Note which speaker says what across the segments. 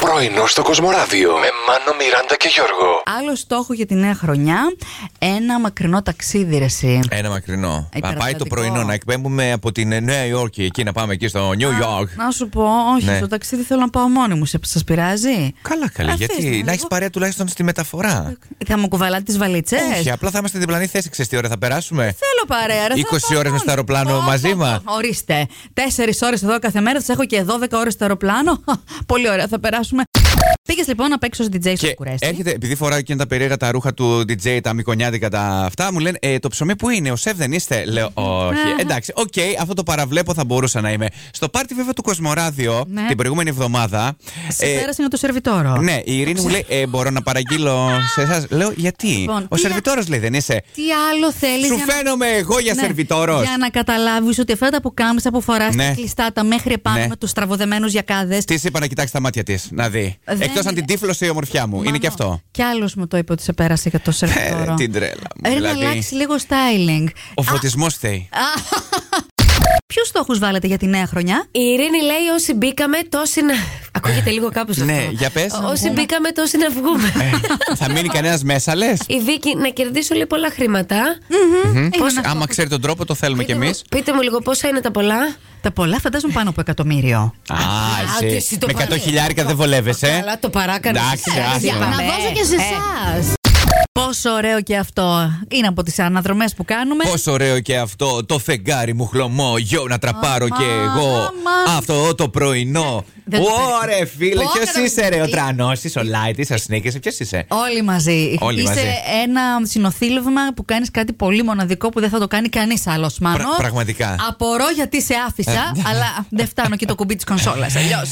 Speaker 1: Πρωινό στο Κοσμοράδιο με Μάνο, Μιράντα και Γιώργο.
Speaker 2: Άλλο στόχο για τη νέα χρονιά, ένα μακρινό ταξίδι ρε εσύ.
Speaker 3: Ένα μακρινό. Να πάει το
Speaker 2: υπεραστατικό.
Speaker 3: πρωινό, να εκπέμπουμε από την Νέα Υόρκη εκεί, να πάμε εκεί στο New York.
Speaker 2: Να σου πω, όχι,
Speaker 3: Ναι.
Speaker 2: στο ταξίδι θέλω να πάω μόνη μου. Σας πειράζει.
Speaker 3: Καλά, καλά.
Speaker 2: Αφήστε με
Speaker 3: Γιατί
Speaker 2: λίγο.
Speaker 3: να έχεις παρέα τουλάχιστον στη μεταφορά.
Speaker 2: Θα μου κουβαλάτε τις βαλίτσες.
Speaker 3: Όχι, απλά θα είμαστε στην πλανή θέση. Ξέρετε τι ώρα θα περάσουμε.
Speaker 2: Θέλω παρέα. ρε,
Speaker 3: 20
Speaker 2: θέλω να πάω
Speaker 3: ώρες μες στο
Speaker 2: μόνη.
Speaker 3: αεροπλάνο
Speaker 2: Πω,
Speaker 3: μαζί
Speaker 2: πω, πω.
Speaker 3: μας.
Speaker 2: Ορίστε. Τέσσερις ώρες εδώ κάθε μέρα, τι έχω και 12 ώρες στο αεροπλάνο. Πολύ ωραία, θα περάσουμε. Πήγες λοιπόν να παίξω ως DJ στο
Speaker 3: Και
Speaker 2: κουρέσι.
Speaker 3: έρχεται, επειδή φοράω εκείνα τα περίεργα τα ρούχα του DJ, τα μικονιάτικα, τα αυτά, μου λένε «Ε, Το ψωμί που είναι, ο σεφ δεν είστε. Λέω Όχι.
Speaker 2: Αχα.
Speaker 3: Εντάξει, οκ, αυτό το παραβλέπω, θα μπορούσα να είμαι. Στο πάρτι βέβαια του Κοσμοράδιο
Speaker 2: Ναι.
Speaker 3: την προηγούμενη εβδομάδα.
Speaker 2: Σε
Speaker 3: ε,
Speaker 2: πέρασε είναι το σερβιτόρο.
Speaker 3: Ναι, η Ειρήνη μου λέει: ε, Μπορώ να παραγγείλω σε εσάς. Λέω: Γιατί.
Speaker 2: Λοιπόν,
Speaker 3: ο
Speaker 2: τι-
Speaker 3: σερβιτόρος λέει: Δεν είσαι.
Speaker 2: Τι άλλο θέλεις.
Speaker 3: Σου φαίνομαι εγώ για
Speaker 2: Ναι,
Speaker 3: σερβιτόρος.
Speaker 2: Για να καταλάβεις ότι αυτά τα που κάνει από φορά
Speaker 3: Ναι.
Speaker 2: κλειστά τα μέχρι επάνω
Speaker 3: Ναι.
Speaker 2: με τους στραβοδεμένου γιακάδες.
Speaker 3: Τι είπα να κοιτάξεις τα μάτια της, να δει.
Speaker 2: Δεν
Speaker 3: Εκτός αν
Speaker 2: είναι-
Speaker 3: την τύφλωσε η ομορφιά μου. Είναι και αυτό.
Speaker 2: Κι άλλος μου το είπε ότι σε πέρασε για το σερβιτόρο.
Speaker 3: Ε, την τρέλα μου.
Speaker 2: Ρε, να
Speaker 3: δηλαδή.
Speaker 2: αλλάξει λίγο styling.
Speaker 3: Ο φωτισμός θέλει.
Speaker 2: Ποιους στόχους βάλετε για τη νέα χρονιά,
Speaker 4: Η Ειρήνη λέει όσοι μπήκαμε τόσοι να... Ακούγεται λίγο κάπως αυτό.
Speaker 3: Ναι, για πες. Ε.
Speaker 4: Ό- Όσοι μπήκαμε τόσοι να βγούμε.
Speaker 3: Θα μείνει κανένας μέσα, λες.
Speaker 4: Η Βίκη να κερδίσω λέει πολλά χρήματα.
Speaker 2: Ε,
Speaker 3: Άμα ξέρει τον τρόπο, το θέλουμε κι
Speaker 4: Πείτε μου-
Speaker 3: εμείς.
Speaker 4: Πείτε μου λίγο πόσα είναι τα πολλά.
Speaker 2: Τα πολλά φαντάζομαι πάνω από εκατομμύριο.
Speaker 3: Α,
Speaker 4: Α,
Speaker 3: εσύ.
Speaker 4: εσύ το
Speaker 3: Με 100
Speaker 4: πάλι.
Speaker 3: χιλιάρικα δεν βολεύεσαι.
Speaker 4: Αλλά το παράκανα.
Speaker 3: Ε, Εντάξει,
Speaker 2: Ε,
Speaker 3: άσε.
Speaker 2: Να δώσω και σε εσά. Ε. Πόσο ωραίο και αυτό. Είναι από τις αναδρομές που κάνουμε.
Speaker 3: Πόσο ωραίο και αυτό το φεγγάρι μου χλωμό. Γιώ να τραπάρω
Speaker 2: Αμάν,
Speaker 3: και εγώ.
Speaker 2: αμάν.
Speaker 3: Αυτό το πρωινό.
Speaker 2: Δεν το
Speaker 3: Ωρε φίλε,
Speaker 2: Πω,
Speaker 3: ποιος
Speaker 2: κατα-
Speaker 3: είσαι ρε, ο
Speaker 2: Τι-
Speaker 3: τρανό, ο λάιτης, ο σνίκης, ποιος είσαι.
Speaker 2: Όλοι μαζί.
Speaker 3: Όλοι
Speaker 2: Είσαι
Speaker 3: μαζί.
Speaker 2: ένα συνοθήλευμα που κάνεις κάτι πολύ μοναδικό που δεν θα το κάνει κανείς άλλος μάλλον.
Speaker 3: Πρα- πραγματικά. Ε, ναι.
Speaker 2: Απορώ γιατί σε άφησα, αλλά δεν φτάνω και το κουμπί της κονσόλας. Αλλιώς.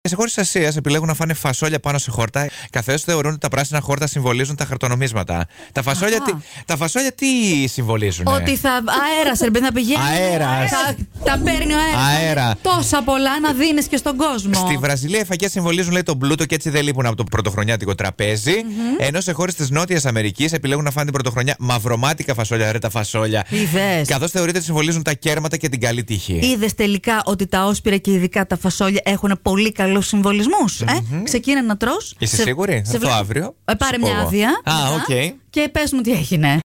Speaker 3: Σε χώρε Ασίας επιλέγουν να φάνε φασόλια πάνω σε χόρτα, καθώς θεωρούν ότι τα πράσινα χόρτα συμβολίζουν τα χαρτονομίσματα. Τα φασόλια, τι, τα φασόλια τι συμβολίζουν.
Speaker 2: Ότι θα. Αέρας, ρε παιδί, να πηγαίνει.
Speaker 3: ναι. Αέρας.
Speaker 2: Τα, τα παίρνει ο αέρας.
Speaker 3: Αέρα.
Speaker 2: Τόσα πολλά να δίνεις και στον κόσμο.
Speaker 3: Στη Βραζιλία οι φακές συμβολίζουν λέει τον πλούτο και έτσι δεν λείπουν από το πρωτοχρονιάτικο τραπέζι. Ενώ σε χώρες της Νότιας Αμερικής επιλέγουν να φάνε την πρωτοχρονιά μαυρομάτικα φασόλια, ρε τα φασόλια.
Speaker 2: Είδες.
Speaker 3: Καθώς θεωρείται ότι συμβολίζουν τα κέρματα και την καλή τύχη.
Speaker 2: Είδες τελικά ότι τα όσπυρα και ειδικά τα φασόλια έχουν πολύ καλούς συμβολισμούς. Ε? Ξεκίνα να τρώ.
Speaker 3: Είσαι σίγουρη? Θα
Speaker 2: βλέπω.
Speaker 3: έρθω αύριο.
Speaker 2: Ε, πάρε
Speaker 3: Σου πω
Speaker 2: μια
Speaker 3: εγώ.
Speaker 2: άδεια.
Speaker 3: Α,
Speaker 2: μετά,
Speaker 3: οκ.
Speaker 2: Και πες μου τι έγινε.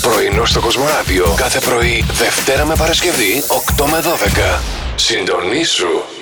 Speaker 1: Πρωινό στο Κοσμοράδιο κάθε πρωί, Δευτέρα με Παρασκευή, 8 με 12. Συντονίσου